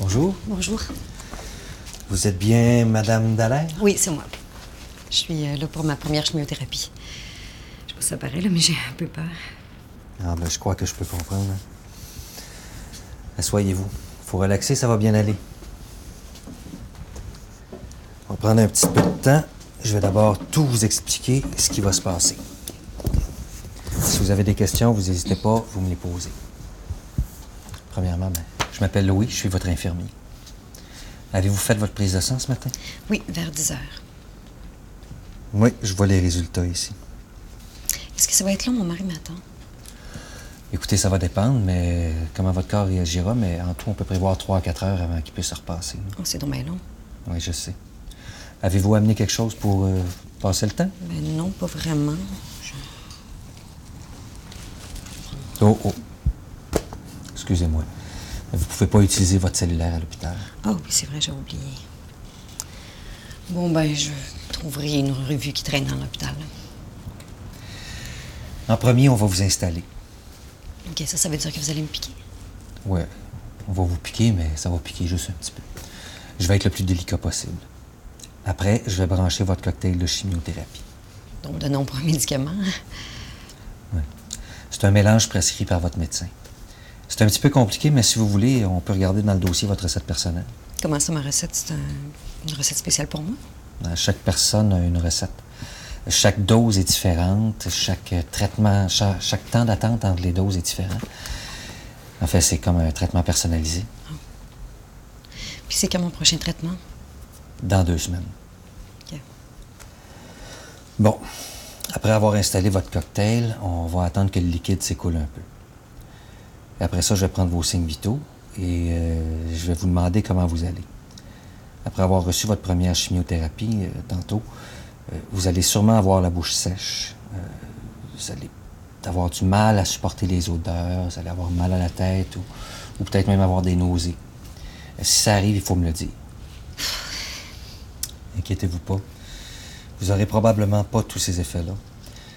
Bonjour. Bonjour. Vous êtes bien Madame Dallaire? Oui, c'est moi. Je suis euh, là pour ma première chimiothérapie. Je sais pas si ça paraît, là, mais j'ai un peu peur. Ah ben je crois que je peux comprendre. Assoyez-vous. Faut relaxer, ça va bien aller. On va prendre un petit peu de temps. Je vais d'abord tout vous expliquer ce qui va se passer. Si vous avez des questions, vous n'hésitez pas, vous me les posez. Premièrement, ben, je m'appelle Louis, je suis votre infirmier. Avez-vous fait votre prise de sang ce matin? Oui, vers 10 heures. Oui, je vois les résultats ici. Est-ce que ça va être long? Mon mari m'attend. Écoutez, ça va dépendre, mais comment votre corps réagira, mais en tout, on peut prévoir 3 à 4 heures avant qu'il puisse se repasser. Oh, c'est dommage long. Oui, je sais. Avez-vous amené quelque chose pour euh, passer le temps? Ben non, pas vraiment. Oh, oh. Excusez-moi. Vous pouvez pas utiliser votre cellulaire à l'hôpital. Ah oui, c'est vrai, j'ai oublié. Bon, ben, je trouverai une revue qui traîne dans l'hôpital. là. En premier, on va vous installer. OK, ça, ça veut dire que vous allez me piquer? Ouais, on va vous piquer, mais ça va piquer juste un petit peu. Je vais être le plus délicat possible. Après, je vais brancher votre cocktail de chimiothérapie. Donc, de nombreux médicaments. C'est un mélange prescrit par votre médecin. C'est un petit peu compliqué, mais si vous voulez, on peut regarder dans le dossier votre recette personnelle. Comment ça, ma recette? C'est un- une recette spéciale pour moi? Euh, Chaque personne a une recette. Chaque dose est différente. Chaque euh, traitement, cha- chaque, temps d'attente entre les doses est différent. En fait, c'est comme un traitement personnalisé Puis c'est quand mon prochain traitement? dans deux semaines. OK. Bon, après avoir installé votre cocktail, on va attendre que le liquide s'écoule un peu. Et après ça, je vais prendre vos signes vitaux et euh, je vais vous demander comment vous allez. Après avoir reçu votre première chimiothérapie euh, tantôt, euh, vous allez sûrement avoir la bouche sèche. Euh, vous allez avoir du mal à supporter les odeurs, vous allez avoir mal à la tête ou, ou peut-être même avoir des nausées. Euh, Si ça arrive, il faut me le dire. Inquiétez-vous pas. Vous aurez probablement pas tous ces effets-là.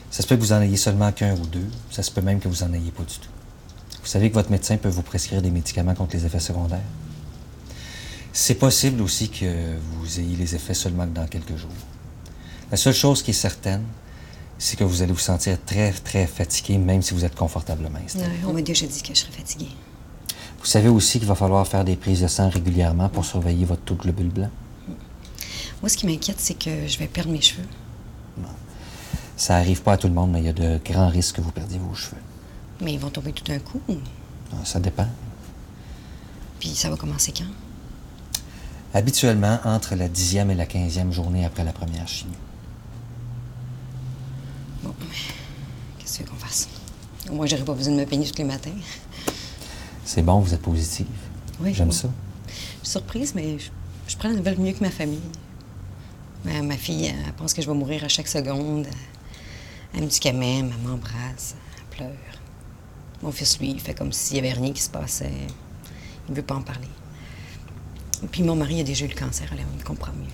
Ça se peut que vous en ayez seulement qu'un ou deux. Ça se peut même que vous en ayez pas du tout. Vous savez que votre médecin peut vous prescrire des médicaments contre les effets secondaires. C'est possible aussi que vous ayez les effets seulement que dans quelques jours. La seule chose qui est certaine, c'est que vous allez vous sentir très, très fatigué, même si vous êtes confortablement installé. Ouais, Euh, on m'a déjà dit que je serais fatiguée. Vous savez aussi qu'il va falloir faire des prises de sang régulièrement pour surveiller votre taux de globules blancs. Moi, ce qui m'inquiète, c'est que je vais perdre mes cheveux. Ça arrive pas à tout le monde, mais il y a de grands risques que vous perdiez vos cheveux. Mais ils vont tomber tout d'un coup. Ah, Ça dépend. Puis ça va commencer quand? Habituellement, entre la dixième et la quinzième journée après la première chimie. Bon, qu'est-ce que tu veux qu'on fasse? Au moins, j'aurais pas besoin de me peigner tous les matins. C'est bon, vous êtes positive. Oui, J'aime oui. ça. Je suis surprise, mais je, je prends la nouvelle mieux que ma famille. Ma, ma fille, elle pense que je vais mourir à chaque seconde. Elle me dit qu'elle m'aime, elle m'embrasse, elle pleure. Mon fils, lui, il fait comme s'il n'y avait rien qui se passait. Il ne veut pas en parler. Puis mon mari a déjà eu le cancer, alors il me comprend mieux.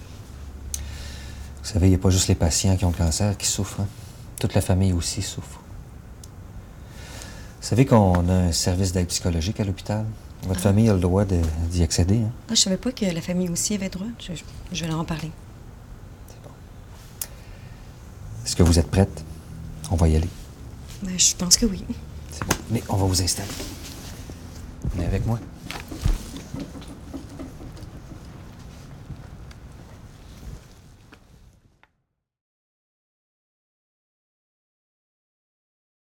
Vous savez, il n'y a pas juste les patients qui ont le cancer qui souffrent. hein. Toute la famille aussi souffre. Vous savez qu'on a un service d'aide psychologique à l'hôpital. Votre famille a le droit de- d'y accéder. hein. Ah, je savais pas que la famille aussi avait droit. Je, je- je vais leur en parler. Est-ce que vous êtes prête? On va y aller. Ben, je pense que oui. C'est bon. Mais on va vous installer. Venez avec moi.